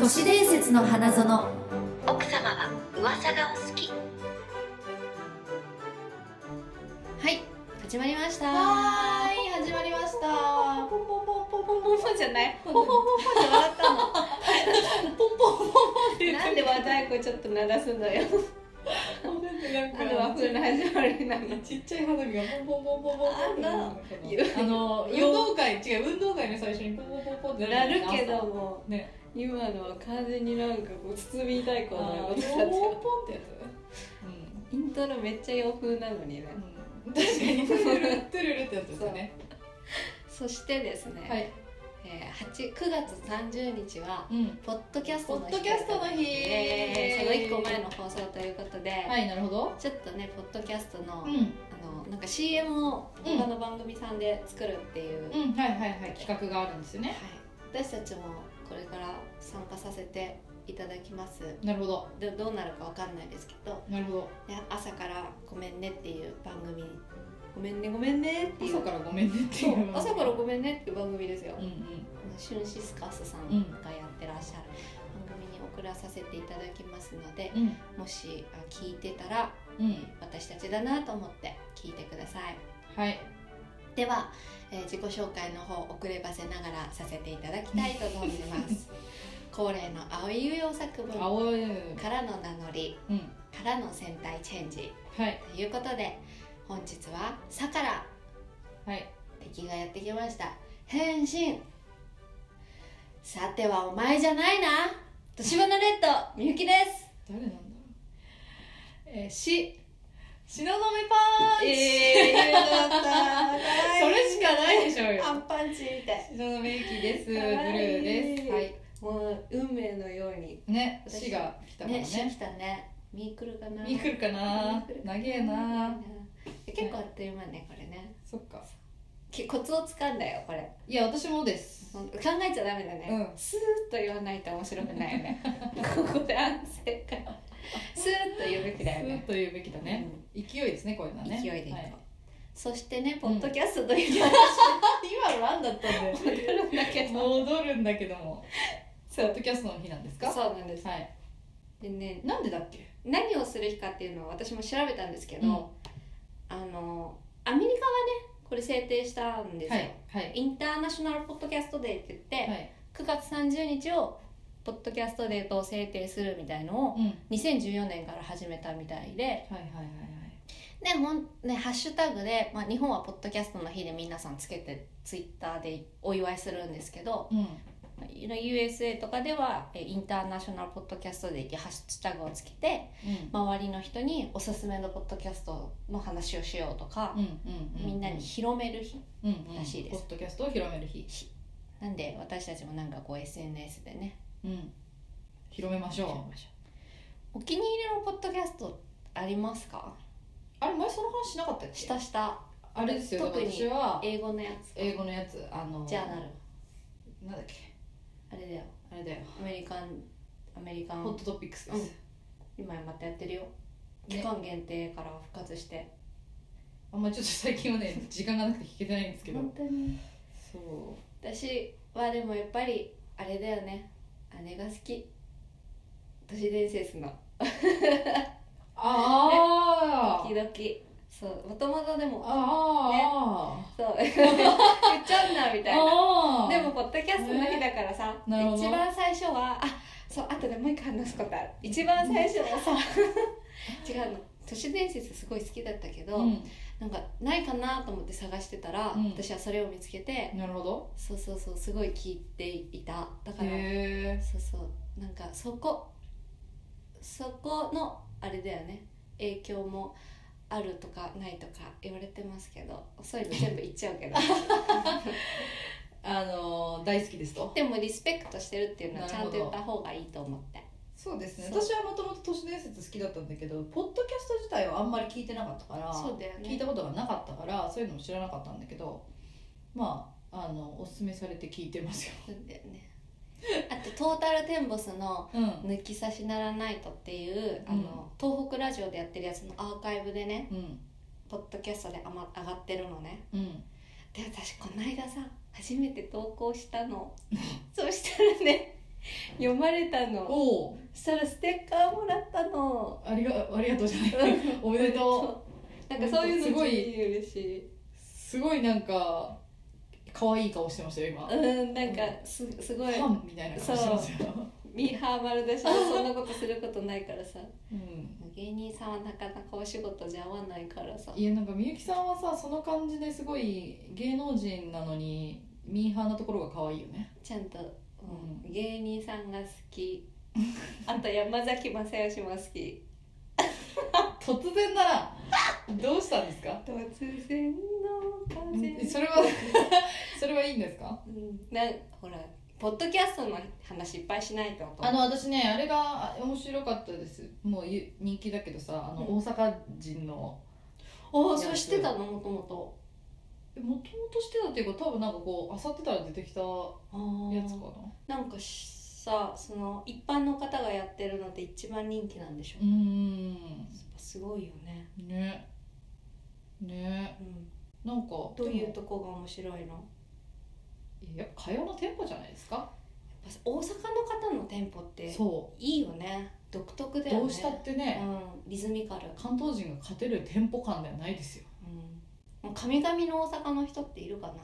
都市伝説の花園奥様は噂がお好きはい始まりましたはーい始まりましたポンポンポンポンポンポンポンじゃないポンポンポンポンって笑ったのポンポンポンポンって なんで和太鼓ちょっと鳴らすのよな なんで和風の始まりなのちっちゃい花火がポンポンポンポンポンポンってああの運動会違う運動会の最初にポンポンポンポンってなるけども、ね今のは完全になんかこう包み太鼓ポンのようポなことだったンよポンってや つイントロめっちゃ洋風なのにねうん確かにトゥルルトゥルルってやつですねそしてですね、はいえー、8 9月30日はうんポッドキャスポトのッ日ドキャストの日えーその1個前の放送ということで、はいなるほどちょっとねポッドキャストの,、うあんのなんか CM をうん他の番組さんで作るっていう、はうい、んはいはいはい企画があるんですよね私たちもこれから参加させていただきますなるほどでどうなるかわかんないですけどなるほどいや朝から「ごめんね」っていう番組ごめんねごめんねっていう朝からごめんねってそいうう朝からごめんねっていう番組ですよ、うんうんシュンシスカスさんがやってらっしゃる番組に送らさせていただきますのでうんもしあ聞いてたらうん私たちだなと思って聞いてくださいはいでは、えー自己紹介の方遅ればせながらさせていただきたいと存じます 恒例の青い有用作文か青いらの名乗りうんからの戦隊チェンジはいということで本日は「さからはい敵がやってきました変身さてはお前じゃないな年花レッドみゆきです誰なんだろうえー、ししののめパンチ、ええー、だった それしかないでしょうよアンパンチみたいしののめゆきですブルかわいいーですはいもう運命のようにねしが来たからねしね来たねミークルかな見くるかな見くる長えな結構あっという間ねこれねそっかきコツをつかんだよこれいや私もですほんと考えちゃダメだね、うんスーッと言わないと面白くないよね ここで安静感スーッと言うべきだよふうねと言うべきだね、勢いですねこういうのはうんね勢いでいこう、はいそしてねポッドキャストというのはあ今の何だったんだよあるんだけ ど、戻るんだけどもそポッうドキャストの日なんですかそうなんですはいでねなんでだっけ何をする日かっていうのを私も調べたんですけど、うんあのアメリカがねこれ制定したんですはよ、いはいインターナショナルポッドキャストデーって言って、はい9月30日をポッドキャストデーと制定するみたいのをうんはい2014年から始めたみたいではいはいはいでほんねハッシュタグで、まあ、日本はポッドキャストの日で皆さんつけてツイッターでお祝いするんですけどうん USA とかではえインターナショナルポッドキャストでハッシュタグをつけてうん周りの人におすすめのポッドキャストの話をしようとか、みみんなに広める日ららしいですポッドキャストを広める日、なんで私たちもなんかこう SNS でねうん、広めましょうお気に入りのポッドキャストありますかあれ前その話しなかったっけ下下あれですよだ特からに私は英語のやつ英語のやつあのジャーナルなんだっけあれだよあれだよアメリカンアメリカンホットトピックスです、うん今またやってるよ期間限定から復活してあんまちょっと最近はね時間がなくて聞けてないんですけど当にそ私はでもやっぱりあれだよね姉が好き都市伝説のうあー、時々そうもともとでもあそう 言っちゃうんだみー、たいなあーでもポッドキャストの日だからさ、ねなるほど一番最初はあそうあとでもう一回話すことある一番最初はさ違うの都市伝説すごい好きだったけど、うなんかないかなと思って探してたら、うん私はそれを見つけてん、なるほどそうそうそうすごい聞いていただから、へえそうそうなんかそこそこのあれだよね影響もあるとかないとか言われてますけどそういうの全部言っちゃうけどあの大好きですとでもリスペクトしてるっていうのはちゃんとなる言ほどった方がいいと思ってそうですねそう私はもともと都市伝説好きだったんだけどポッドキャスト自体はあんまり聞いてなかったからそうだよ聞いねたことがなかったからそういうのも知らなかったんだけどまああのおすすめされて聞いて ますよ、そうだよねあとトータルテンボスのうん、 「抜き差しならないと」っていう、あの東北ラジオでやってるやつのアーカイブでねうんポッドキャストであ、ま、上がってるのねうんで 私この間さ初めて投稿したのそしたらね読まれたのおおそしたらステッカーもらったのありがありがとうじゃない おめでとう なんかそういうのすごい嬉しいうすごいなんか可愛い顔してましたよ今フうんなんかすすごいァンみたいな顔してますよ、ミーハー丸出しでそんなことすることないからさうん、芸人さんはなかなかお仕事じゃ合わないからさいやなんかみゆきさんはさその感じですごい芸能人なのにミーハーなところが可愛いよねちゃんと、うん芸人さんが好きあと山崎まさよしも好き突然だなどうしたんですか突然の風それは それはいいんですかうんなんほらポッドキャストの話いっぱいしないととあの私ねあれが面白かったですもうゆ人気だけどさあのうん大阪人の、おーそれ知ってたのもともとえもともとしてたっていうか多分なんかこう漁ってたら出てきたやあーつかななんかしさその一般の方がやってるのって一番人気なんでしょうーんすごいよね、ねねうん、なんかどういうでもとこが面白いのいややっぱ会話のテンポじゃないですか、やっぱ大阪の方のテンポってそいいよね独特うだよねどうしたってね、うん、リズミカル、関東人が勝てるテンポ感ではないですようん、神々の大阪の人っているかな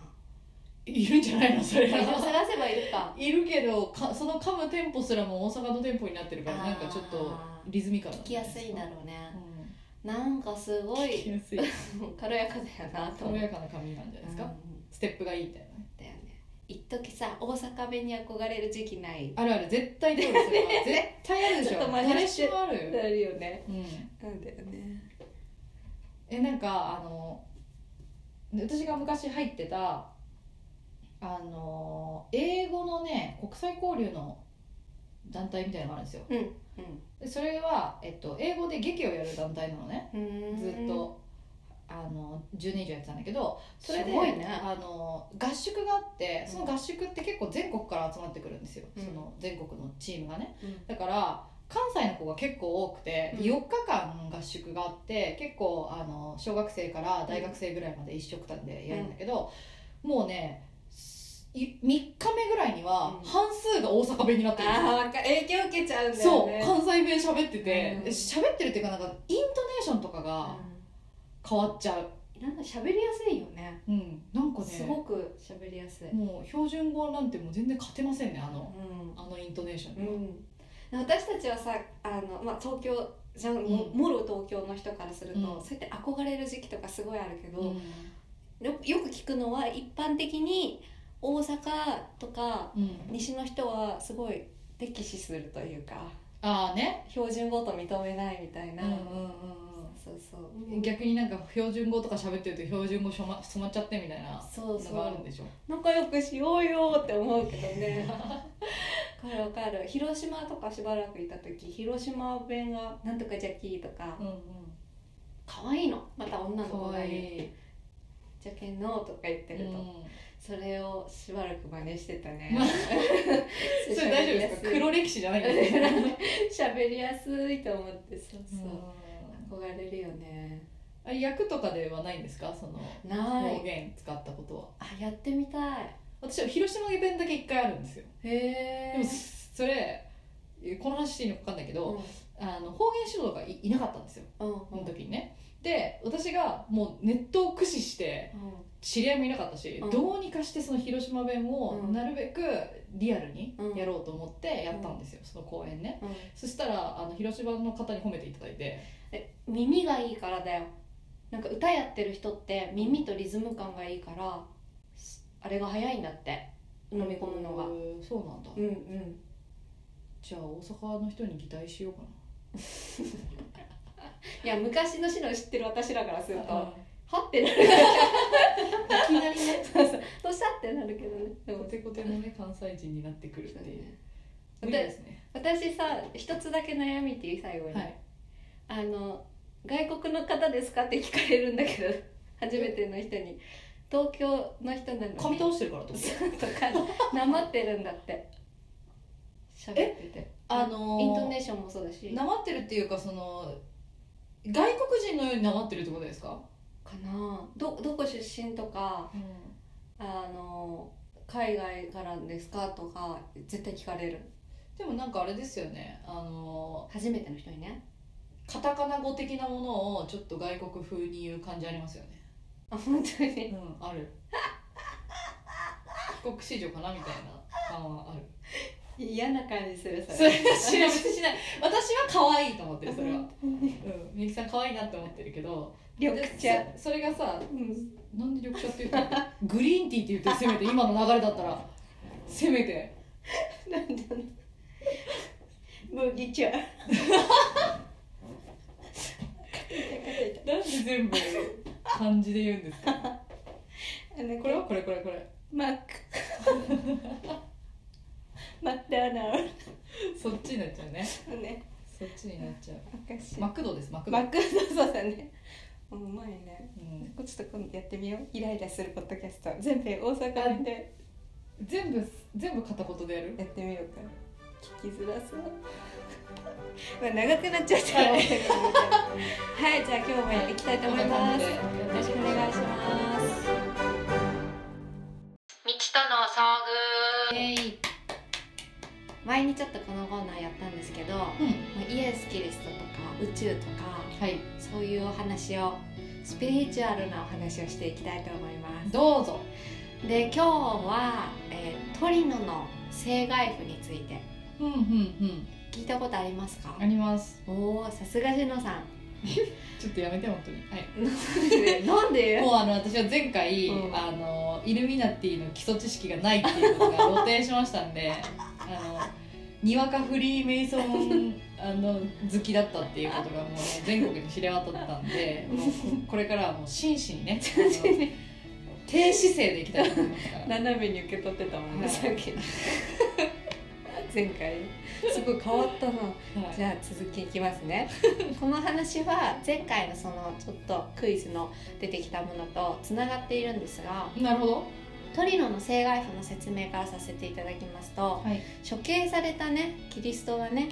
いるんじゃないのそれ会場は探せばいるかいるけどかその噛むテンポすらも大阪のテンポになってるから なんかちょっとあーリズミカル聞きやすいんだろううねんなんかすご聞きいやすいうん軽やかだよなと軽思うやかな髪なんじゃないですか、うんステップがいいみたいなねだよね一時さ大阪弁に憧れる時期ないあるある絶対どう ですよ絶対あるでしちょょっと真似誰してしもあるよ、るよねうん、なんだよねえなんかあので私が昔入ってたあの英語のね国際交流の団体みたいなのがあるんですようでそれは、えっと、英語で劇をやる団体なのねんずっとあの10年以上やってたんだけどそれですごいねあの合宿があってその合宿って結構全国から集まってくるんですよ、うんその全国のチームがね、うんだから関西の子が結構多くて、うん4日間合宿があって結構あの小学生から大学生ぐらいまで一緒くたんでやるんだけど、もうね3日目ぐらいにはうん半数が大阪弁になってるんですよああ影響受けちゃうんだそようね関西弁喋っててうん喋、ってるっていうかなんかイントネーションとかが変わっちゃう、うんなんか喋りやすいよねうん、なんかねすごく喋りやすいもう標準語なんてもう全然勝てませんねあのうあのイントネーションん、には、うん、私たちはさあの、まあ、東京じゃん、もうんもろ東京の人からすると、うんそうやって憧れる時期とかすごいあるけど、うんよよく聞くのは一般的に大阪とかうん西の人はすごい敵視するというかああね、標準語と認めないみたいな、うんうんそうそううんうん、逆になんか標準語とか喋ってると標準語しょま染まっちゃってみたいなそうのがあるんそでしょう仲良くしようよって思うけどねわかるわかる広島とかしばらくいた時広島弁が「なんとかジャッキー」とかうん可愛いのまた女うのんか子わがいいるいじゃけんのとか言ってると、それをしばらく真似してたね まあそれ大丈夫ですか黒歴史じゃないですか喋りやすいと思ってそううそんう、憧れるよねあ役とかではないんですかそのな方い言使ったことはあやってみたい私は広島弁だけ一回あるんですよへえでもそれえこの話していいのか分かんないけど、あの方言指導がいいなかったんですようんうんその時にねで私がもうネットを駆使して知り合いもいなかったし、うんどうにかしてその広島弁をうんなるべくリアルにやろうと思ってやったんですよ、その公演ねうんうんそしたらあの広島の方に褒めていただいてえ耳がいいからだよなんか歌やってる人って耳とリズム感がいいからすあれが早いんだって飲み込むのがへーそうなんだ、うんうんじゃあ大阪の人に擬態しようかいや昔の詩の知ってる私らからするなとあはってなるいきなりねそうそうどうしたってなるけどねでコもテコテのね関西人になってくるっていう無理でですね私さ一つだけ悩みっていい最後に、はいあの「外国の方ですか?」って聞かれるんだけど初めての人に「東京の人なのに」噛み倒してるからってことそうとかなまってるんだって喋っててあのイントーネーションもそうだしなまってるっていうかその外国人のようになまってるってことですか、かなどどこ出身とかあの海外からですかとか絶対聞かれるでもなんかあれですよねあの初めての人にねカタカナ語的なものをちょっと外国風に言う感じありますよねあ本当にうん ある帰国子女かなみたいな感はある嫌な感じするそれは知ら別にしない私は可愛いと思ってるそれはうんみゆきさん可愛いなって思ってるけど緑茶でそそれがさうんなんで緑茶って言ったの グリーンティーって言ってせめて今の流れだったらせめてなん だろう麦 茶なんで全 部漢字で言うんですかあのこれはこれこれこれマックマクダーナルそっちになっちゃうねドねそっちになっちゃうおかしいマクドですマクド、マクドそうだねうまいねうん、ちょっと今度やってみようイライラするポッドキャスト全編大阪で全部全部片言でやるやってみようか聞きづらそう まあ長くなっちゃったからは はいいじゃあ今日もやっていきたいと思いますよろしくお願いします未知との遭遇イエーイ前にちょっとこのコーナーやったんですけど、まうんあ、イエス・キリストとか宇宙とかはいそういうお話をスピリチュアルなお話をしていきたいと思いますどうぞで今日は、えートリノの生骸譜についてうんうんうん聞いたことありますかありますおおさすがしのさん ちょっとやめて本当にはいなんで もうあの私は前回、うんあのイルミナティの基礎知識がないっていうのが露呈しましたんで あのにわかフリーメイソンあの好きだったっていうことがもう、ね、全国に知れ渡ったんでもうこれからはもう真摯にねあ の低姿勢でいきたいと思いますから斜めに受け取ってたもんね、はいさっき 前回すごい変わったなはいじゃあ続きいきますね この話は前回のそのちょっとクイズの出てきたものとつながっているんですがなるほどトリノの生涯譜の説明からさせていただきますとはい処刑されたねキリストがね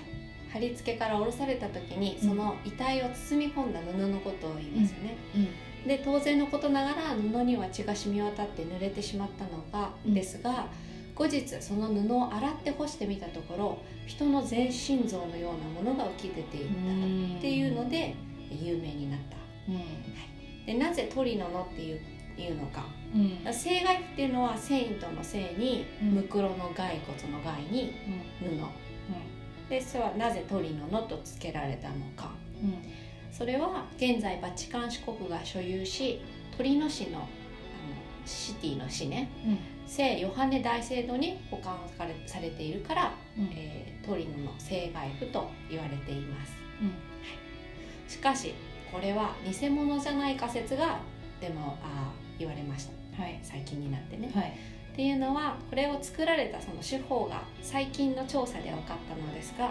貼り付けから下ろされた時にその遺体を包み込んだ布のことを言いますよね、うんで当然のことながら布には血が染み渡って濡れてしまったのが、うんですが後日その布を洗って干してみたところ人の全身像のようなものが浮き出ていたっていうので有名になったうんでなぜトリノのっていういうのかうん正骸っていうのは繊維との繊維にうんムクロの骸骨の骸に布、でそれはなぜトリノのと付けられたのかうんそれは現在バチカン市国が所有し鳥野市のあのシティの市ねうん聖ヨハネ大聖堂に保管されされているから、うんうんえー、トリノの生骸譜と言われていますうんしかしこれは偽物じゃない仮説がでもあー言われましたはい最近になってね、はいっていうのはこれを作られたその手法が最近の調査で分かったのですが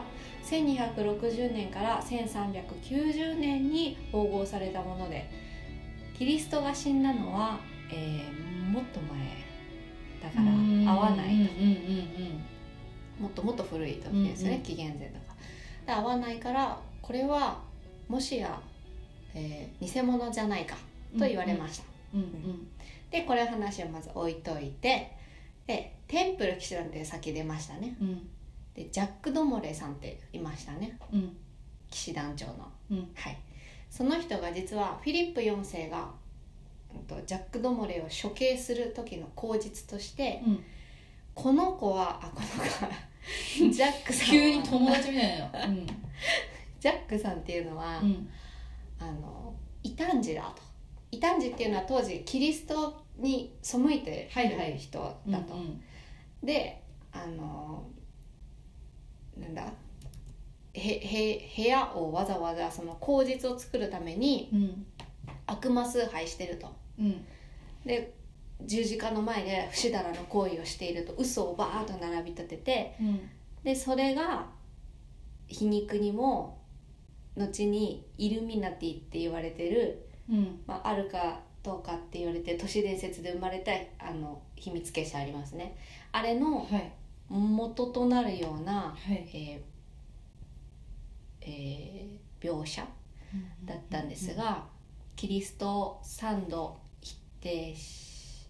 1260年から1390年に縫合されたものでキリストが死んだのは、えーもっと前だから合わないとうんうんうんうんもっともっと古い時ですね、うんうん紀元前だからで合わないからこれはもしや、えー偽物じゃないかと言われました。うんでこれ話をまず置いといてでテンプル騎士団ってさっき出ましたねうんうんでジャック・ドモレさんっていましたねうん騎士団長の、うんはいその人が実はフィリップ4世がうんとジャック・ドモレを処刑する時の口実としてうんこの子はあこの子 はジャックさんは急に友達みたいなのうんジャックさんっていうのは、うんあの異端児だと異端児っていうのは当時キリストに背いてはいはいる人だと、うんうんであのなんだへへ部屋をわざわざその口実を作るためにうん悪魔崇拝してるとうんで十字架の前で不死だらの行為をしていると嘘をバーッと並び立ててうんでそれが皮肉にも後にイルミナティって言われてる、うんまあ、あるかどうかって言われて都市伝説で生まれたあの秘密結社ありますねあれのはい元となるようなはいえーえー描写だったんですが、キリストを3度否定し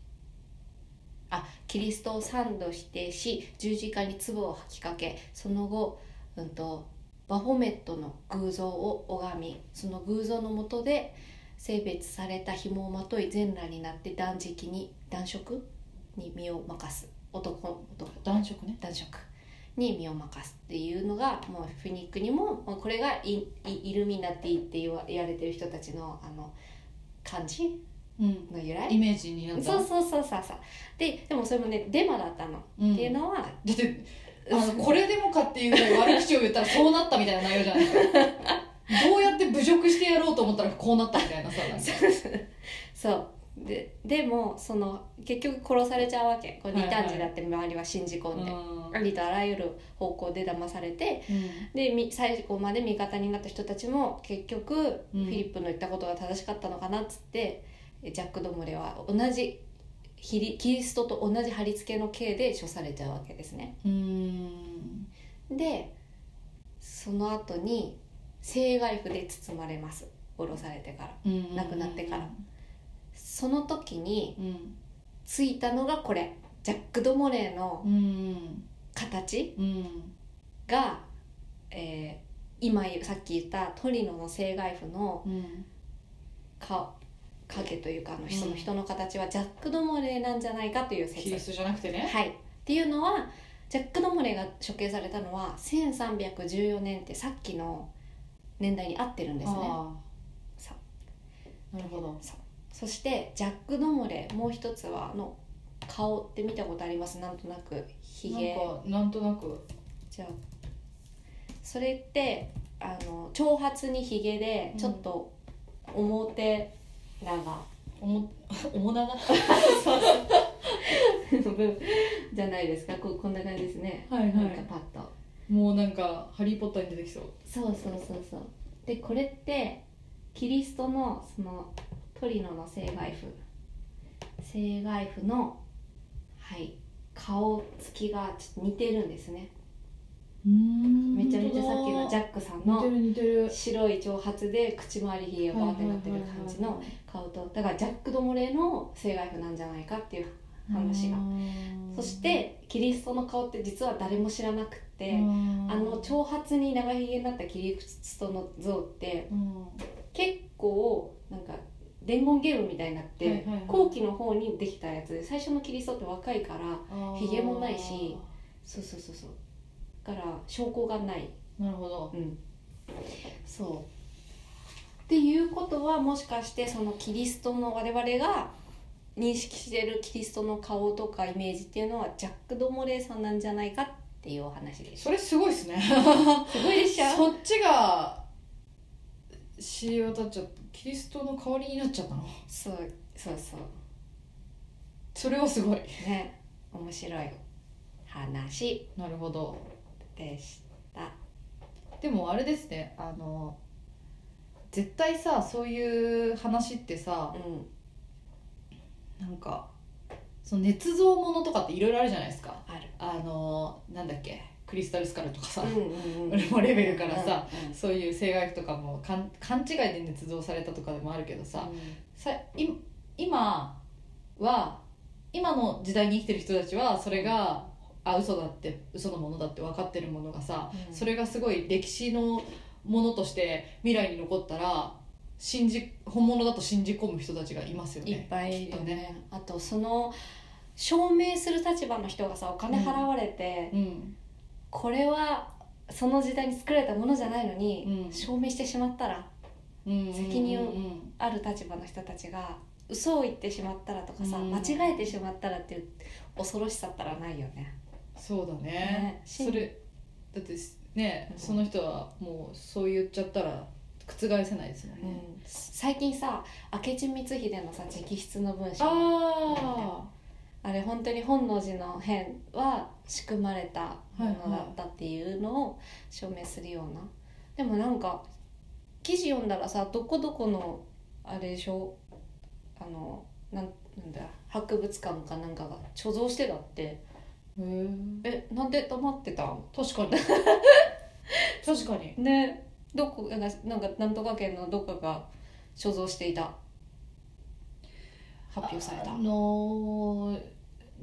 あキリストを三度否定し十字架に壺を吐きかけその後、うん、とバフォメットの偶像を拝みその偶像のもとで性別された紐をまとい全裸になって断食に断食に身を任す男男男色ね男色に身を任すっていうのがもうフニックにももうこれがイイイルミナティって言わ言われてる人たちのあの漢字うんの由来イメージになったそうそうそうそうそうででもそれもねデマだったの、うんっていうのはだってあのこれでもかっていうぐらい悪口を言ったらそうなったみたいな内容じゃないですかどうやって侮辱してやろうと思ったらこうなったみたいなさなんかそうででもその結局殺されちゃうわけこうはい二はい単字だって周りは信じ込んで、ありとあらゆる方向で騙されてでみ最後まで味方になった人たちも結局、うんフィリップの言ったことが正しかったのかなっつってジャック・ドムレは同じひりキリストと同じ貼り付けの刑で処されちゃうわけですね。うんうんでその後に生涯符で包まれます降ろされてからうん亡くなってからその時にうんついたのがこれジャック・ドモレーのうん形うんが、えー今言うさっき言ったトリノの生涯符のうんか影というかあのんその人の形はジャック・ドモレーなんじゃないかというキ説リストじゃなくてねはい、っていうのはジャック・ドモレーが処刑されたのは1314年ってさっきの年代に合ってるんですね。あそうあなるほどそしてジャック・ドモレもう一つはあの顔って見たことありますなんとなくひげなんかなんとなくじゃあそれってあの長髪にひげでうんちょっと表らがおも おもながは部分じゃないですかこうこんな感じですね、いなんかパッともうなんか「ハリー・ポッター」に出てきそうそうそうそうそうでこれってキリストのそのトリノの生涯譜生涯譜のはい顔つきがちょっと似てるんですねめめちゃめちゃさっきのジャックさんの似てる似てる白い長髪で口周りひげがバーってなってる感じの顔とだからジャック・ドモレーの生涯譜なんじゃないかっていう話がそしてキリストの顔って実は誰も知らなくあてあの長髪に長ひげになったキリストの像って結構なんか伝言ゲームみたいになって、はいはいはい後期の方にできたやつで最初のキリストって若いからひげもないしそうそうそうそうだから証拠がないなるほどうんそうっていうことはもしかしてそのキリストの我々が認識してるキリストの顔とかイメージっていうのはジャック・ドモレーさんなんじゃないかっていうお話ですそれすごいです ねすごいでしょそっちが CEO 立っちゃったキリストの代わりになっちゃったのそうそうそうそれはすごいね面白い話なるほどでした。でもあれですねあの絶対さそういう話ってさうん、なんかその捏造ものとかっていろいろあるじゃないですかある。あのなんだっけクリスタルスカルとかさ、うん俺もレベルからさ、、うんそういう性外とかもかん勘違いで捏造されたとかでもあるけどさ、さい今は今の時代に生きてる人たちはそれがあ嘘だって嘘のものだって分かってるものがさ、うんそれがすごい歴史のものとして未来に残ったら信じ本物だと信じ込む人たちがいますよいっね。ぱいいきるっよとね。あとその証明する立場の人がさお金払われて、うん、これはその時代に作られたものじゃないのに、うん証明してしまったらうん責任をうんある立場の人たちが嘘を言ってしまったらとかさ、うん間違えてしまったらっていう恐ろしさったらないよね。そうだねねそれだってね、うんその人はもうそう言っちゃったら覆せないですもんうね。ん最近さ明智光秀のさ直筆の文章ああれ本当に本能寺の変は仕組まれたものだったっていうのを証明するような、でもなんか記事読んだらさどこどこのあれでしょあのなんなんだ博物館かなんかが貯蔵してたってあへええなんで黙ってたん確 かに確かにねどこなんかなんかなんとか県のどっかが所蔵していた発表されたあのー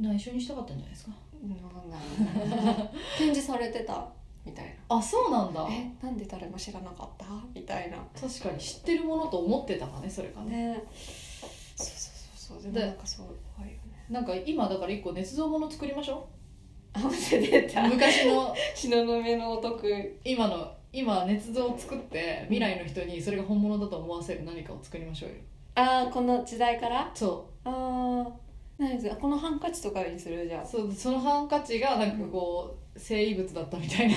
内緒にしたかったんじゃないですか 展示されてたみたいあそうなんだなえなんで誰も知らなかったみたいな確かに知ってるものと思ってたかねそれがねねそうそうそうそうでもなんかそう怖いよねなんか今だから一個捏造もの作りましょあ忘れてう た昔の東雲のお得今の今捏造を作って未来の人にそれが本物だと思わせる何かを作りましょうよああこの時代からそああ何ですこのハンカチとかにするじゃんうそうそのハンカチがなんかこう生異物だったみたいな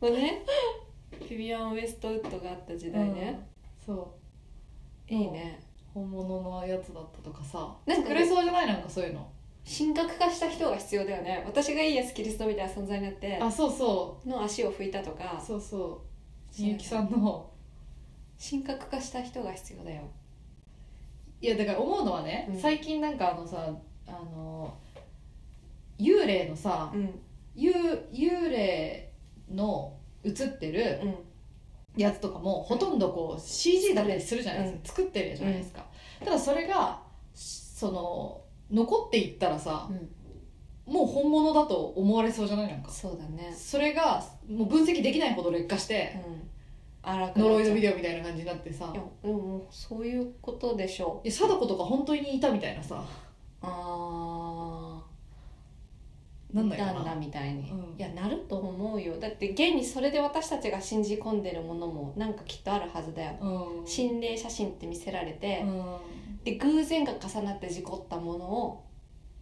これ ねフィビアン・ウェストウッドがあった時代ね、うんそういいね本物のやつだったとかさなんか作れそうじゃないなんかそういうの神格化した人が必要だよね私がイエス・キリストみたいな存在になってあそうその足を拭いたとかうそうそうみゆきさんの神格化した人が必要だよいやだから思うのはね、うん最近なんかあのさあの幽霊のさ、うん幽幽霊の映ってるうんやつとかもほとんどこう CG だったりするじゃないですか、作ってるじゃないですか、ただそれがその残っていったらさう、んもう本物だと思われそうじゃないなんかそうだねそれがもう分析できないほど劣化して、うん荒くなっちゃう呪いのビデオみたいな感じになってさいやでももうそういうことでしょいや貞子とか本当にいたみたいなさうああなんないかんだなみたいに、うんいやなると思うよだって現にそれで私たちが信じ込んでるものもなんかきっとあるはずだようん心霊写真って見せられて、うで偶然が重なって事故ったものを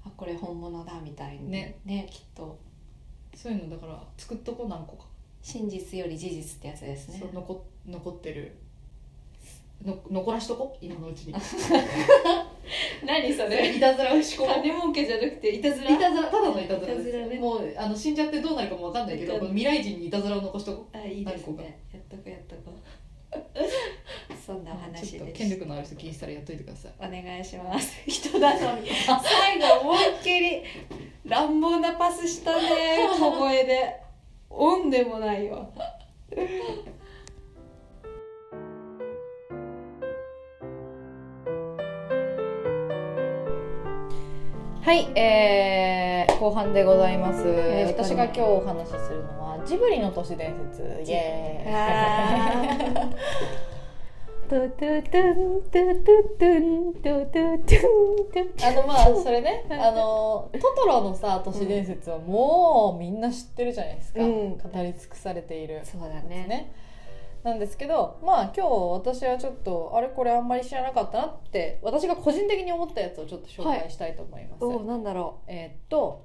あこれ本物だみたいにねきっとんそういうのだから作っとこう何個か、真実より事実ってやつですねそう残残ってるの残らしとこ今のうちに 何そ れいたずらをしこう 金儲けじゃなくていたずらいたずらただのいたずらいでたずすらねもうあの死んじゃってどうなるかもわかんないけどわこかんの未来人にいたずらを残しとこあいいです何個かねやっとこやっとこ そんうなお話ちょっとで権す力のある人気にしたらやっといてくださいお願いします 人だのに最後思いっきり乱暴なパスした ね小声でオンでもないよはい、えー後半でございます、ー私が今日お話しするのはジブリの都市伝説イエーイトゥトゥトゥントゥトゥトゥントゥトゥトゥントゥあのまあそれ ねあのトトロのさ都市伝説はもうみんな知ってるじゃないですか、うん語り尽くされている そうだねねなんですけどまあ今日私はちょっとあれこれあんまり知らなかったなって私が個人的に思ったやつをちょっと紹介したいと思います、おおなんだろえーっと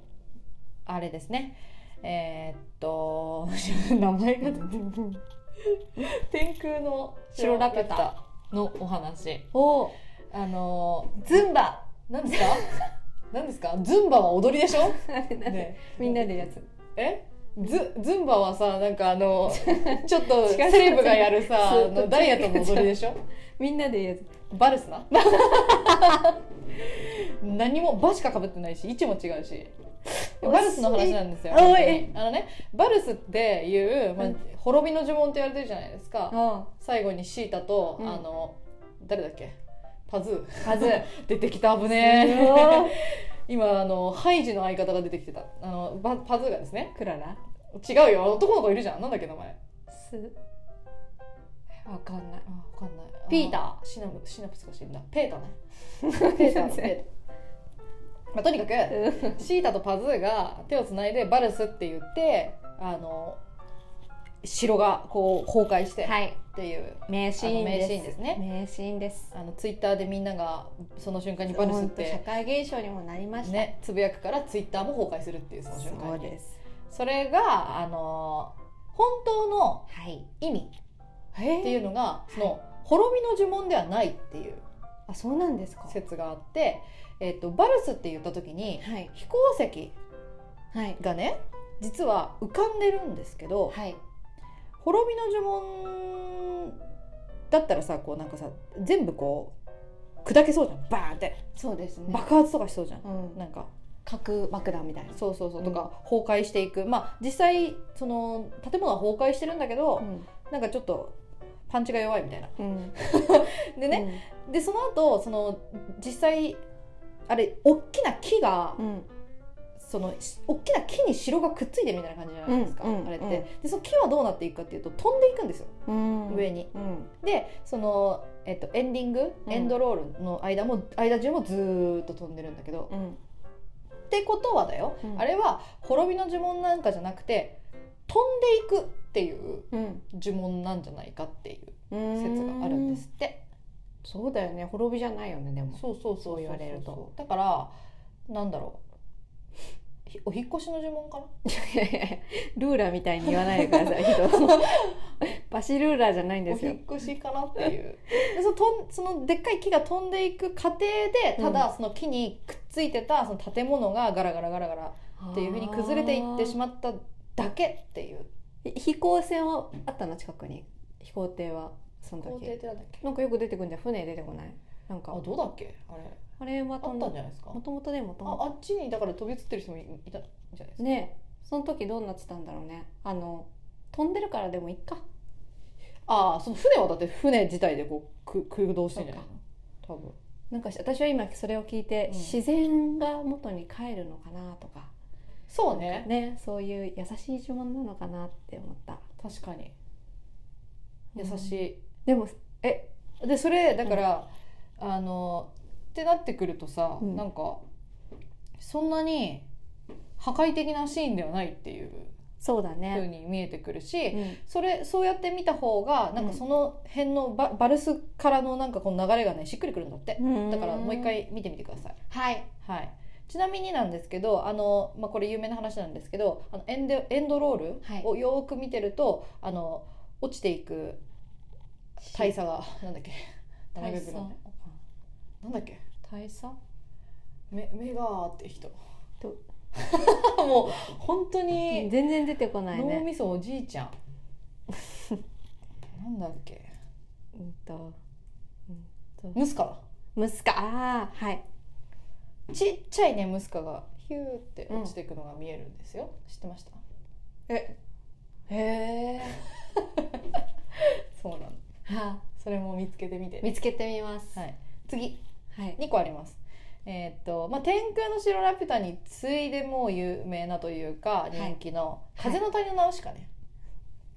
あれですねえーっと 名前が出てこ ない天空の白ラピュタのお話うおおあのズンバ何ですか 何ですかズンバは踊りで しょ、ね、みんなでやつえズズンバはさなんか あのちょっ違とう違うセレブがやる さそうあのダイエットの踊りでしょみんなでやつバルス な何もバしか被ってないし位置も違うしバルスの話なんですよおい本当にあのねバルスっていう、まあうん滅びの呪文って言われてるじゃないですか、うん最後にシータと、うんあの誰だっけパズー はず出てきた危うわねえ今あのハイジの相方が出てきてたあのバパズーがですねクララ違うよ男の子いるじゃんなんだっけ名前すわかんないあわかんないピーターシナプシナプスか死んだペータねペーターだペータまあとにかくーシータとパズーが手をつないでバルスって言ってあの城がこう崩壊してっはいていう、 名シーンですあの名シーンですね名シーンですあのツイッターでみんながその瞬間にバルスっ本当社て、会現象にもなりましたね、つぶやくからツイッターも崩壊するっていうその瞬そ間うにですそれがあの本当のはい意味ってへいえうのがその滅びの呪文ではないっていうあそうなんですか説があって、えっとバルスって言った時にはい飛行石はいがね実は浮かんでるんですけど、はい滅びの呪文だったらさこうなんかさ全部こう砕けそうじゃんバーンってそうですね爆発とかしそうじゃん、うんなんか核爆弾みたいなそうそうそう、うんとか崩壊していくまあ実際その建物は崩壊してるんだけど、んなんかちょっとパンチが 弱いみたいなうんでね、でその後その実際あれ大きな木がうんそのし大きな木に城がくっついてるみたいな感じじゃないですか、うんうんあれって、うんでその木はどうなっていくかっていうと飛んでいくんですよ、うん上にうんでその、えっと、エンディングうんエンドロールの間も、間中もずーっと飛んでるんだけど、うんってことはだよ、うんあれは滅びの呪文なんかじゃなくて飛んでいくっていううん呪文なんじゃないかっていう説説があるんですって、そうだよね滅びじゃないよねでもそうそうそうそう言われるとだからなんだろうひお引っ越しの呪文かなルーラーみたいに言わないでください 人バシルーラーじゃないんですおよ引っ越しかなっていうでそのとんそのでっかい木が飛んでいく過程でただその木にくっついてたその建物がガラガラガラガラっていうふうに崩れていってしまっただけっていうあー飛行船はあったの近くに飛行艇はその工時程ってなんだっけなんかよく出てくるんじゃん船出てこないなんあかどうだっけあれあれはあ飛っんただんじゃないですかもともとでもとああっちにだから飛び移ってる人もいいたんじゃないですか、ねその時どうなってたんだろうねあの飛んでるからでもいっかああその船はだって船自体でこうく空洞してんじゃないの多分なんか私は今それを聞いて、うん自然が元に帰るのかなとかそうねねそういう優しい呪文なのかなって思った確かに優しい、でもえでそれだから、あのってなってくるとさ、うんなんかそんなに破壊的なシーンではないっていうそうだ風ね、に見えてくるし、うんそれそうやって見た方がなんかその辺のバ,、バルスからのなんかこの流れがねしっくりくるんだって、だからもう一回見てみてください。はいはいちなみになんですけどあの、まあ、これ有名な話なんですけどあのエンドエンドロはーいルをよーく見てると、あの落ちていく大佐がなんだっけ大佐名前が出てこないなんだっけ大佐メメガーって人と もう本当に全然出てこない脳ねみそおじいちゃん、 なんだっけうんとムスカムスカああはいちっちゃいねムスカがヒューって落ちていくのが見えるんですよ、知ってましたえへえ そうなのそれも見つけてみて見つけてみますはい次はい2個あります。えーっとまあ、天空の城ラピュタに次いでもう有名なというかい人気のい「風の谷のナウシカね」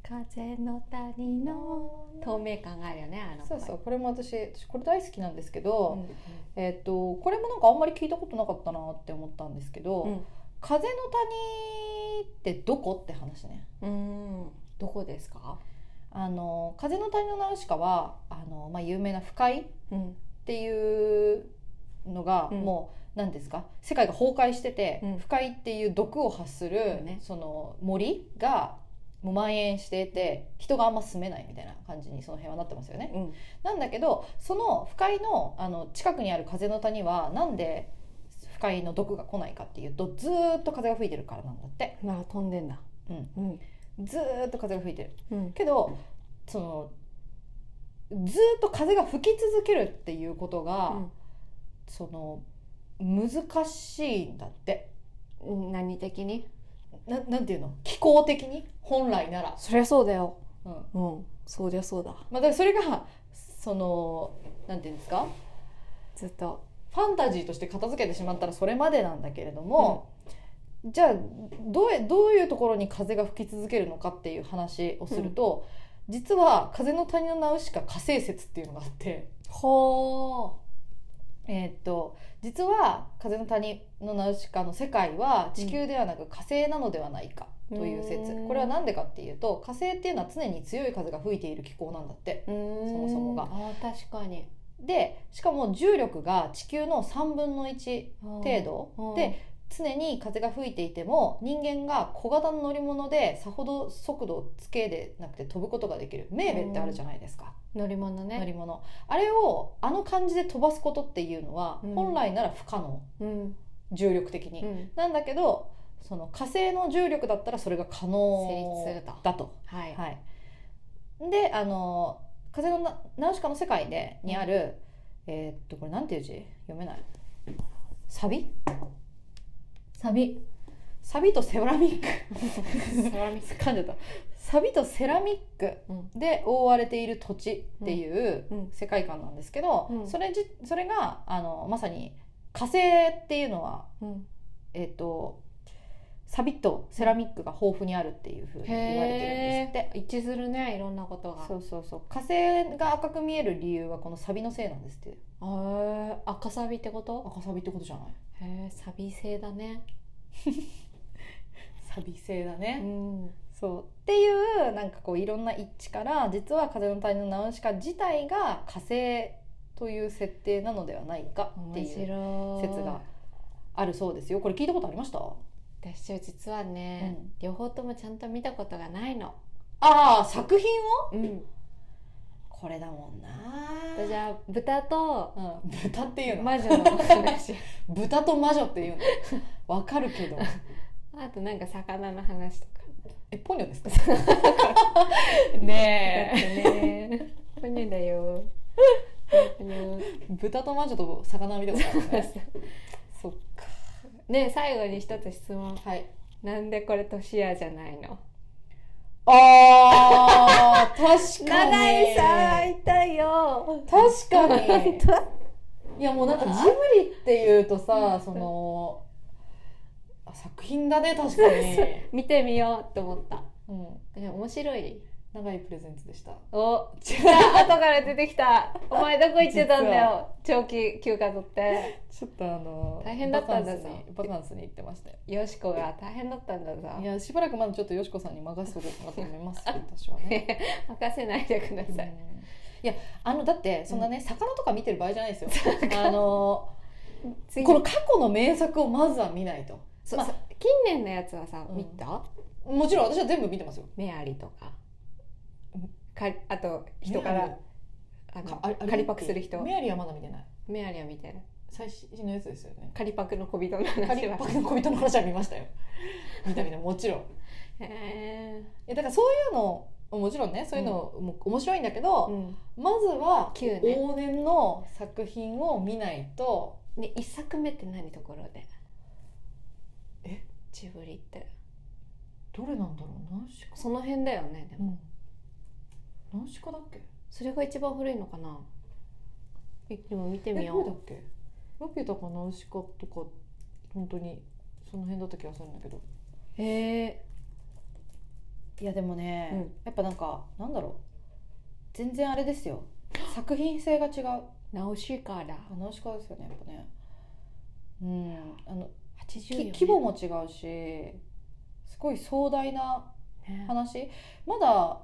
風の谷の透明感があるよねあのそうそううこれも私私これ大好きなんですけど、んえーっとこれもなんかあんまり聞いたことなかったなって思ったんですけど「うん風の谷ってどこ?」って話ね。うんどこですかあの風の谷のナウシカはあの、まあ、有名な不快っうんていうのが、うんもう何ですか世界が崩壊してて、うん不快っていう毒を発する、ねその森がもう蔓延していて人があんま住めないみたいな感じにその辺はなってますよね。うんなんだけどその不快のあの近くにある風の谷はなんで不快の毒が来ないかっていうとずーっと風が吹いてるからなんだってなあ飛んでんだうんうんずーっと風が吹いてる。うんけどそのずーっと風が吹き続けるっていうことが、その難しいんだってうん何的にななんていうの気候的に本来なら、そりゃそうだようんまうんそうりゃそうだあ、だからそれがそのなんていうんですかずっとファンタジーとして片付けてしまったらそれまでなんだけれども、じゃあどうえどういうところに風が吹き続けるのかっていう話をすると、実は「風の谷のナウシカ火星説」っていうのがあって。ほえーっと実は「風の谷のナウシカ」の世界は地球ではなく火星なのではないかという説、うんこれは何でかっていうと火星っていうのは常に強い風が吹いている気候なんだってうそももそもがあー確かにでしかも重力が地球の3分の1程度で常に風が吹いていても人間が小型の乗り物でさほど速度をつけでなくて飛ぶことができるメーベってあるじゃないですか、乗り物ね乗り物あれをあの感じで飛ばすことっていうのはうん本来なら不可能、うん重力的に、うんなんだけどその火星の重力だったらそれが成可立す能るとだと。はいはい、であの風のなナウシカの世界でにある、えーっとこれなんていう字読めないサビサビサビとセラミックセラミッ噛んじゃったサビとセラミックうんで覆われている土地っていううん世界観なんですけど、うんそれじそれがあのまさに火星っていうのは、うんえっとサビットセラミックが豊富にあるっていうふうに言われてるんですって。て一致するねいろんなことがそうそうそう火星が赤く見える理由はこのサビのせいなんですってへー赤サビってこと赤サビってことじゃないへえサビ性だねサビ性だうね、んそうっていうなんかこういろんな一致から実は「風の谷のナウシカ」自体が火星という設定なのではないかって面いう白い説があるそうですよこれ聞いたことありました私は実はね、うん両方ともちゃんと見たことがないのああ作品をうんこれだもんな私は豚とうん、豚っていうの、魔女の話豚と魔女っていうのわかる けどあとなんか魚の話とかえポニョで すか やってねねポニョだよポニョえ豚と魔女と魚見たことあるねそっね最後に一つ質問かはいなんでこれ年やじゃないのあー確かにいたいよ確かに本 当いやもうなんかジブリっていうとさそのあ作品だね確か に、見てみようと思ったうん、ね面白い長いプレゼンツでしたお違う後から出てきたお前どこ行ってたんだよ長期休暇取ってちょっとあの大変だったんだぞバカンスにバカンスに行ってましたよよしこが大変だったんだぞいやしばらくまだちょっとよしこさんに任せとこうかなと思い ますよ私はね、任せないでくだうんさい、いやあのだってそんなね、魚とか見てる場合じゃない ですよあの次この過去の名作をまずは見ないとそうまあさ近年のやつはさうん見た、もちろん私は全部見てますよメアリとかうんかあと人からあメアリのああれ仮パクする人メアリーはまだ見てないメアリは見てる最新のやつですよ ね仮パクの小人のパ話リはパクの小人の話は見まし たよ見た見たもちろんいへやだからそういうのもちろんねそういうのも面白いんだけどー、うんまずは旧ね往年の作品を見ないとね一作目って何ところでえジブリってどれなんだろう何しかその辺だよねでもん何しかだっけそれが一番古いのかなえでも見てえみどれだよっけロピュタかナウシカとか本当にその辺だった気がするんだけどうへえいやでもね、うんやっぱなんかなんだろう全然あれですよ作品性が違うナウシカだあナウシカですよねやっぱねうんあのき84規模も違うしすごい壮大なね話まだ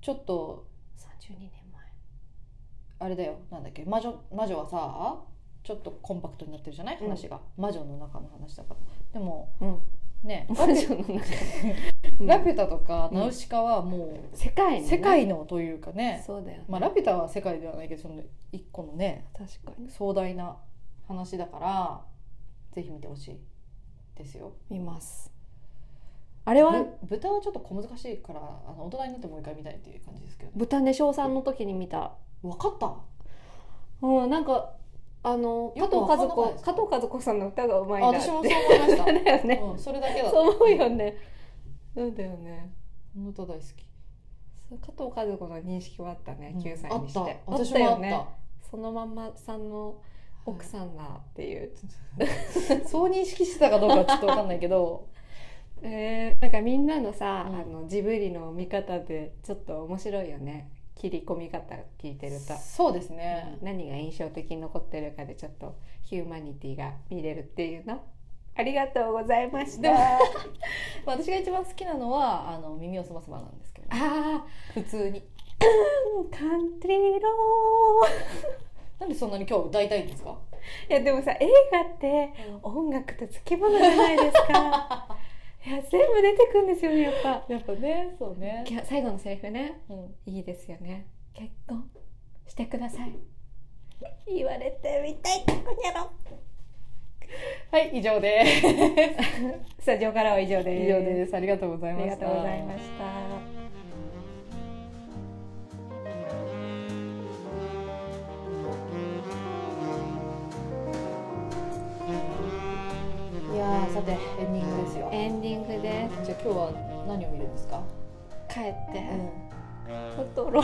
ちょっと32年あれだよなんだっけ魔女魔女はさちょっとコンパクトになってるじゃないうん話が、魔女の中の話だからでも、うんね前魔女の中うん ラピュタとかうんナウシカはも 世界うの、ね、世界のというかね、そうだよね、まあ、ラピュタは世界ではないけどその一個のね確かに壮大な話だからぜひ見てほしいですよ。見ますあれはぶ豚はちょっと小難しいからあの大人になってもう一回見たいっていう感じですけどね豚ね小さんの時に見た分かったうんなんかあの加よ藤くわ和かんなか子ったです加藤和子さんの歌がうまいあな私もそう思いました、だよね、うん、それだけだそう思うよねそうだよね本当大好き、そう加藤和子の認識はあったね、9歳あにしってたあっ私たもあよったねそのまんまさんの奥さんだっていう、 そう認識してたかどうかはちょっと分かんないけ どえーなんかみんなのさ、うんあのジブリの見方でちょっと面白いよね切り込み方聞いてるとそうですね、何が印象的に残ってるかでちょっとヒューマニティが見れるっていうのありがとうございまし でもたあ私が一番好きなのはあの耳をすませばなんですけど、ね、あ普通にーカントリーローなんでそんなに今日歌いたいんですかいやでもさ映画って音楽とつきものじゃないですか いや全部出てくんですよねやっぱやっぱねそうねきゃ最後のセリフねうんいいですよね結婚してください言われてみたいとこにゃろはい以上ですスタジオからは以上です以上ですありがとうございあまりしたがとうございましたいやーさてエンディングですよエンディングですじゃあ今日は何を見るんですか帰って、うトト ロ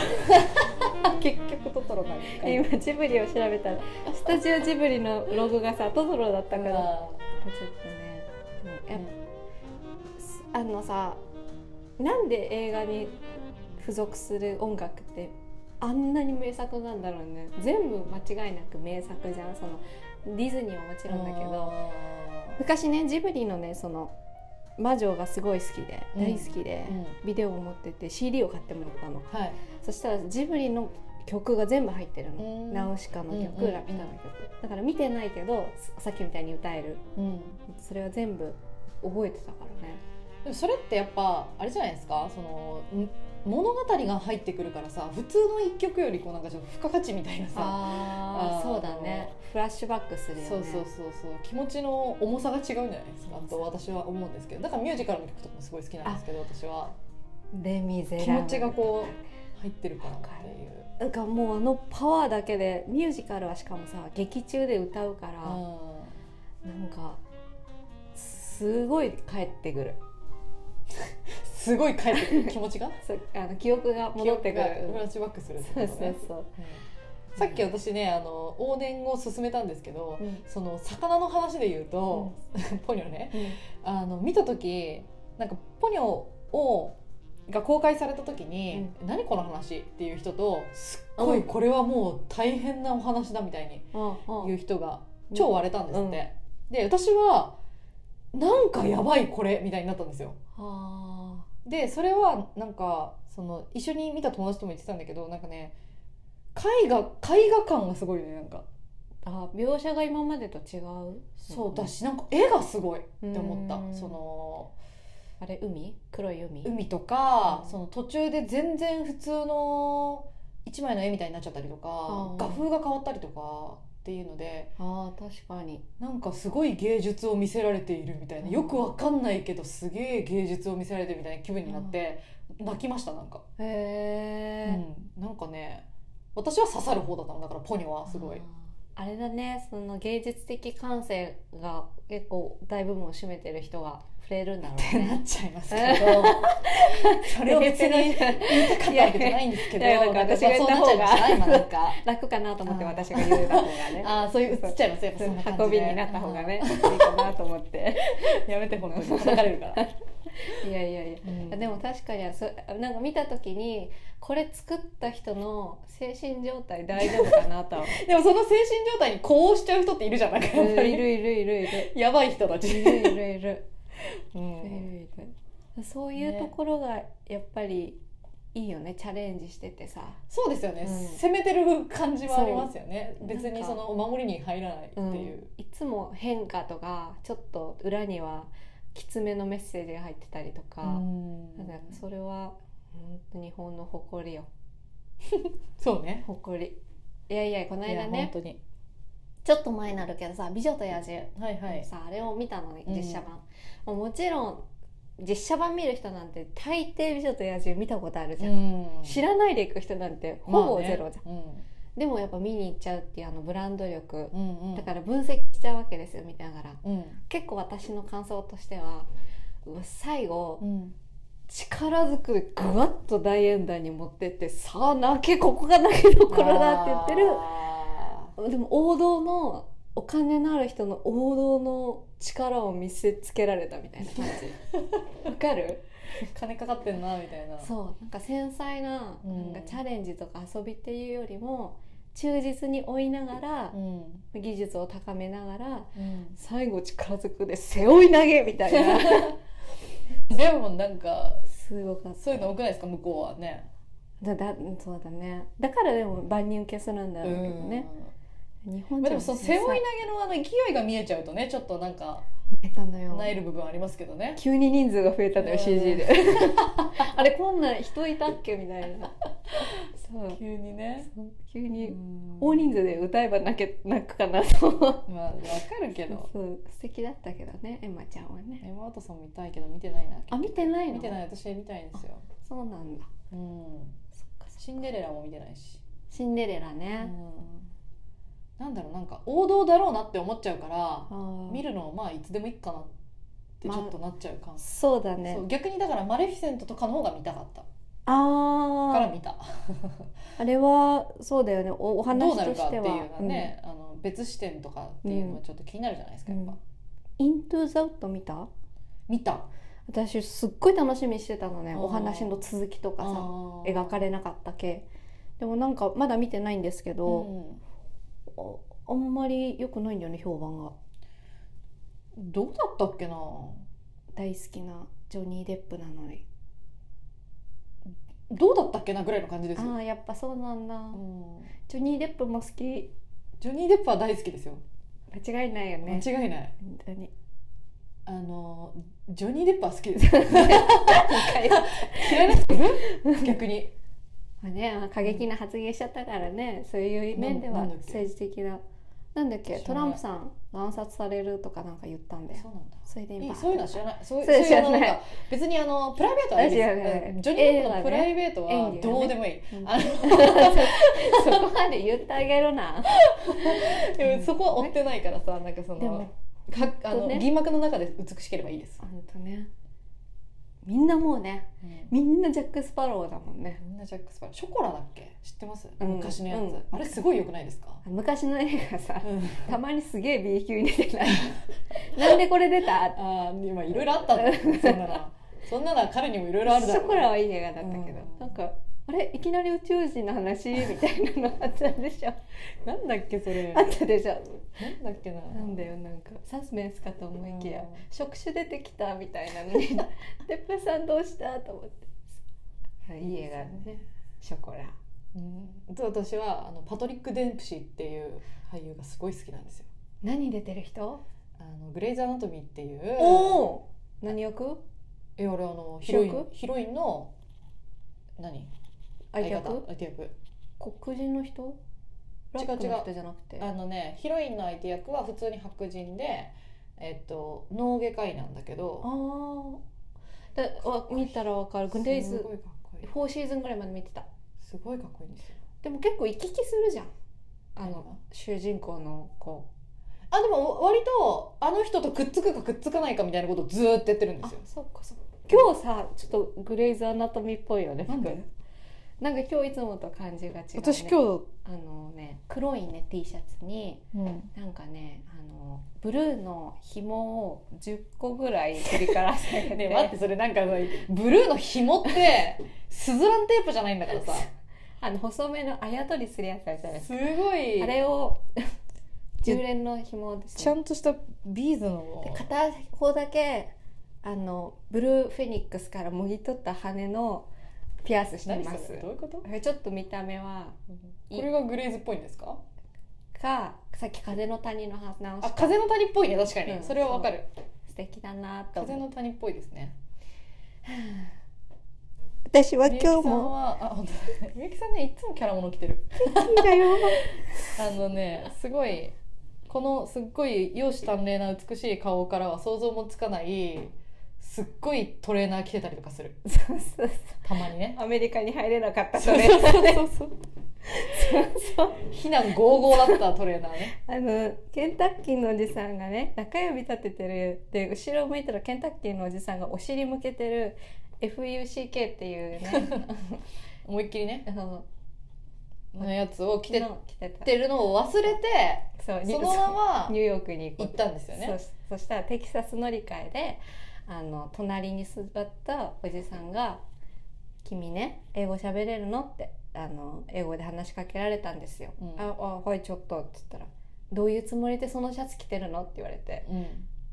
結局トトロなんですかね今ジブリを調べたらスタジオジブリのロゴがさトトロだったからちょっとねでもやっぱあのさなんで映画に付属する音楽ってあんなに名作なんだろうね全部間違いなく名作じゃんそのディズニーはもちろんだけど昔ねジブリのねその魔女がすごい好きでうん大好きで、うんビデオを持ってて CD を買ってもらったのはいそしたらジブリの曲が全部入ってるの「んナウシカ」の曲「うんラピュタ」の曲だから見てないけどさっきみたいに歌えるうんそれは全部覚えてたからねでもそれってやっぱあれじゃないですかそのん物語が入ってくるからさ普通の一曲よりこうなんかちょっと付加価値みたいなさああーそうだねフラッシュバックするよねそうそうそうそう気持ちの重さが違うんじゃないですかと私は思うんですけどだからミュージカルの曲とかもすごい好きなんですけど私はレミゼラ気ブル持ちがこう入ってるからっていうなんかもうあのパワーだけでミュージカルはしかもさ劇中で歌うから、あなんかすごい帰ってくるすごい帰ってく る気持ちがそうあの記憶が戻ってく記憶がフラるッシュバックするってそうこそうとねそううんさっき私ねあの往年を勧めたんですけどうんその魚の話で言うと、 ポニョねうんあの見た時なんかポニョをが公開された時に「何この話?」っていう人と「すっごういんこれはもう大変なお話だ」みたいにうん言う人が超割れたんですうんって。で私はなんかやばいこれみたいになったんですよ。あでそれはなんかその一緒に見た友達とも言ってたんだけどなんかね絵画絵画感がすごいねなんか、ーあ描写が今までと違うそうだっしなんか絵がすごいってて思ったそのあれ海黒い海海とか、うんその途中で全然普通の一枚の絵みたいになっちゃったりとあーか画風が変わったりとかっていうのでああ確かになんかすごい芸術を見せられているみたいなよくわかんないけどすげえ芸術を見せられてるみたいな気分になって泣きましたなんか、へうえ、ん、なんかね私は刺さる方だったのだからポニョはすごいあーあれだねその芸術的感性が結構大部分を占めてる人が触れるんだ ろうってなねっちゃいますけど それ を別に言いたかったわけじゃないんですけどいやいやなんか私が言った方がそうなっちゃいました今なんか楽かなと思って私が言うた方がねああそういう映っちゃいますやっぱそんな感じで運びになった方がねいいかなと思って やめてこの人叩かれるから、 いやいやいやでも確かにそなんか見た時にこれ作った人の精神状態大丈夫かなとは思うでもその精神状態に呼応しちゃう人っているじゃんないかやっぱうんいりるいるいるいるやばい人たいち、るいるいるういん、るいるそういうところがやっぱりいいよねチャレンジしててさそうですよね、うん攻めてる感じはありますよねそう別なんにかそのお守りに入らないっていう、いつも変化とかちょっと裏にはきつめのメッセージが入ってたりとか、うんなんかそれは本当日本の誇りよそうね誇りいやいやこのいや間本ね当にちょっと前になるけどさ「美女と野獣」はいはいさあれを見たのねうん実写版、もうもちろん実写版見る人なんて大抵「美女と野獣」見たことあるじゃん、ん知らないで行く人なんてほぼゼロじゃん、まあねでもやっぱ見に行っちゃうっていうあのブランド力うんうんうんだから分析しちゃうわけですよ見ながらうん結構私の感想としてはうわ最後うん力ずくでぐわっと大演壇に持ってってさあ泣けここが泣けどころだって言ってるあでも王道のお金のある人の王道の力を見せつけられたみた いな感じわかるー金かかってんなみたいなそうなんか繊細なうなんんかチャレンジとか遊びっていうよりも忠実に追いながらうん技術を高めながらうん最後力ずくで背負い投げみたい なでもなんかすごかったそういうの多くないですか向こうはねだだそうだねだからでも万人受けするんだろうけどね、日う本んまあ、でもその背負い投げげのあの勢いが見えちゃうとねちょっとなんかたのよなえる部分ありますけどね急に人数が増えたのうよん CG で あれこんな人いたっけみたいなそう急にね急に大大人数で歌えば泣け泣くかなと思うまあわかるけ どそう素敵だったけどねエマちゃんはねエマ・ワトソン見たいけど見てないなあ見てないの見てない私見たいんですよそうなんだうんそっかそっかシンデレラも見てないしシンデレラうね、んなんだろうなんか王道だろうなって思っちゃうからあー見るのをまあいつでもいいかなってちょっとなっちゃう感そうだねそう逆にだからマレフィセントとかの方が見たかったかあら見たーあれはそうだよねおおどう話なとるかしってていうはのはね、あの別視点とかっていうのはちょっと気になるじゃないですか、やっうぱんイントゥーザウット見た見た私すっごい楽しみにしてたのねあーお話の続きとかさ描かれれなかった系でもなんかまだ見てないんですけど、おあんまり良くないんだよね評判がどうだったっけな大好きなジョニー・デップなのにどうだったっけなぐらいの感じですよあ、あやっぱそうなんだ、うんジョニー・デップも好きジョニー・デップは大好きですよ間違いないよね間違いない本当にあのジョニー・デップは好きです嫌いな人いる逆に まあね過激な発言しちゃったからねそういう面でなはんだっけ政治的ななんだっけ知トらなラいンプさんが暗殺されるとかなんか言ったんだよそうなんだそれでい今いそういうのは知らないそういうそういうのそういうの知らないなんか別にあのプライベートはいいですあ知らないうんジョニー・デップ映画ねのプライベートは演技がねどうでもいい、うんあそこまで言ってあげる なでもそこは追ってないからさなんかそでものかあの、ね銀幕の中で美しければいいです、本当ねみんなもうねみんなジャック・スパローだもんねみんなジャック・スパローショコラだっけ知ってます、うん昔のやつ、うんあれすごい良くないですか、昔の映画さうん、たまにすげえ B 級に出てない なんでこれ出たってあー今いろいろあったんだよそんなのはそんなのは彼にもいろいろあるだシろョコラはいい映画だったけど、うんなんかあれいきなり宇宙人の話みたいなのあったで しょなんだっけそれなあっんたでしょだっけななんだよなんかサスペンスかと思いきやうん触手出てきたみたいなの にデップさんどうしたと思っていい映画だねショコラうん、と私はあのパトリック・デンプシーっていう俳優がすごい好きなんですよ何出てる人あのグレイズ・アナトミーっていうお何役え俺あのヒロイ主ン役ヒロインの何相方役相手役黒人の人ブラックの人じゃなくてあのねヒロインの相手役は普通に白人でえっと脳外科医なんだけどああだわ見たらわかるグレイすズごいかっこいい4シーズンぐらいまで見てたすごいかっこいいんですよでも結構行き来するじゃんああのの主人公の子あでも割とあの人とくっつくかくっつかないかみたいなことをずーっとやってるんであすよそっかそっか今日さちょっとグレイズアナトミーっぽいよねなんで服なんか今日いつもと感じが違う、ね、今あのね黒いね T シャツに日、うん、なんかねあのブルーの紐を10個ぐらい振りからされてねえ待ってそれなんかさブルーの紐ってスズランテープじゃないんだからさあの細めのあやとりするやつあるじゃないですすごいかあれを 10連の紐ですねんとしたビーズの片方だけあのブルーフェニックスからもぎ取った羽のピアスして何まそすれどういうことちょっと見た目はこれがグレーズっぽいんですかかさっき風の谷の花をあ風の谷っぽいね確かに、うんそれはわかる素敵だなと風の谷っぽいですね私はみゆきさんはあ本当だねみゆきさんねいつもキャラもの着てるだよあのねすごいこのすっごい容姿端麗な美しい顔からは想像もつかないすっごいトレーナー着てたりとかするそうそうたまにねアメリカに入れなかったそトうレーナーねそうそうそう非難合々だったトレーナーねあのケンタッキーのおじさんがね中指立ててるで後ろ向いたらケンタッキーのおじさんがお尻向けてる FUCK っていうね 思いっきりねあののやつを着てっの着てたてるのを忘れてそうそのままニューヨークに行こ行うったんですよねそそしたらテキサス乗り換えであの隣に座ったおじさんが「君ね英語喋れるの?」ってあの英語で話しかけられたんですよ「うんああはいちょっと」っつったら「どういうつもりでそのシャツ着てるの?」って言われてうん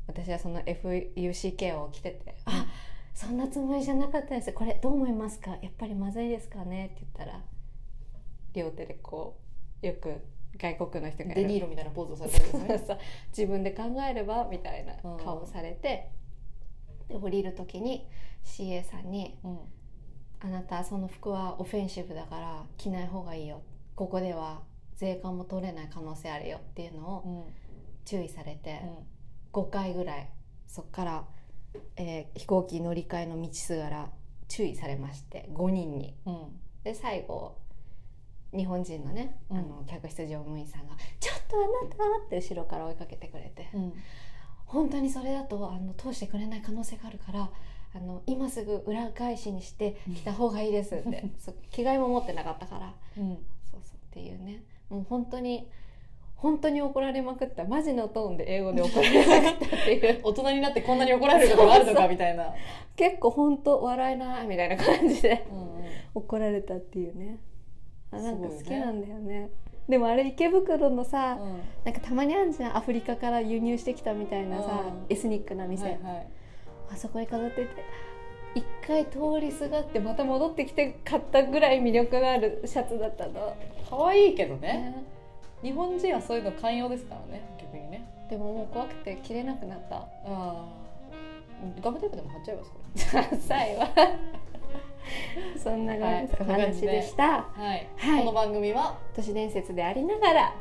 私はその FUCK を着てて「あそんなつもりじゃなかったんですこれどう思いますかやっぱりまずいですかね?」って言ったら両手でこうよく外国の人がやデるニーロみたいなポーズをされてるんですねそう自分で考えればみたいなうん顔をされて、で降りる時に CA さんにうん「あなたその服はオフェンシブだから着ない方がいいよここでは税関も取れない可能性あるよ」っていうのをうん注意されてう、 5回ぐらいそっから、えー飛行機乗り換えの道すがら注意されまして5人に。んうんで最後日本人のね、うんあの客室乗務員さんが「ちょっとあなた!」って後ろから追いかけてくれてうん本当にそれだとあの通してくれない可能性があるからあの今すぐ裏返しにして着た方がいいですって そう着替えも持ってなかったからうんそうそうっていうねもう本当に本当に怒られまくったマジのトーンで英語で怒られまくったっ ていう大人になってこんなに怒られることがあるのそうそかうみたいな。結構本当笑えないみたいな感じでうんうん怒られたっていうねあなんかすごい好ねきなんだよねでもあれ池袋のさ、うんはなんかたまにあるじゃんアフリカから輸入してきたみたいなさ、うんエスニックない店、はいあそこに飾ってて一回通りすがってまた戻ってきて買ったぐらい魅力のあるシャツだったの、可愛いけどね。ね日本人はそういうの寛容ですからね。逆にね。でももう怖くて着れなくなったああ。ガムテープでも貼っちゃえばそれ。最後 そんな感じ、はいお話でしたはい。はいこの番組は都市伝説でありながら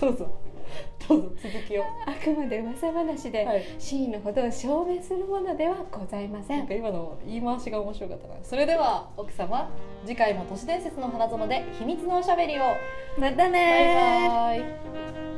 どうぞどうぞ続きを。あくまで噂話で、はい。真意のほどを証明するものではございませなんんか今の言い回しが面白かったな。それでは奥様次回も都市伝説の花園で秘密のおしゃべりを。またねーバイバイ。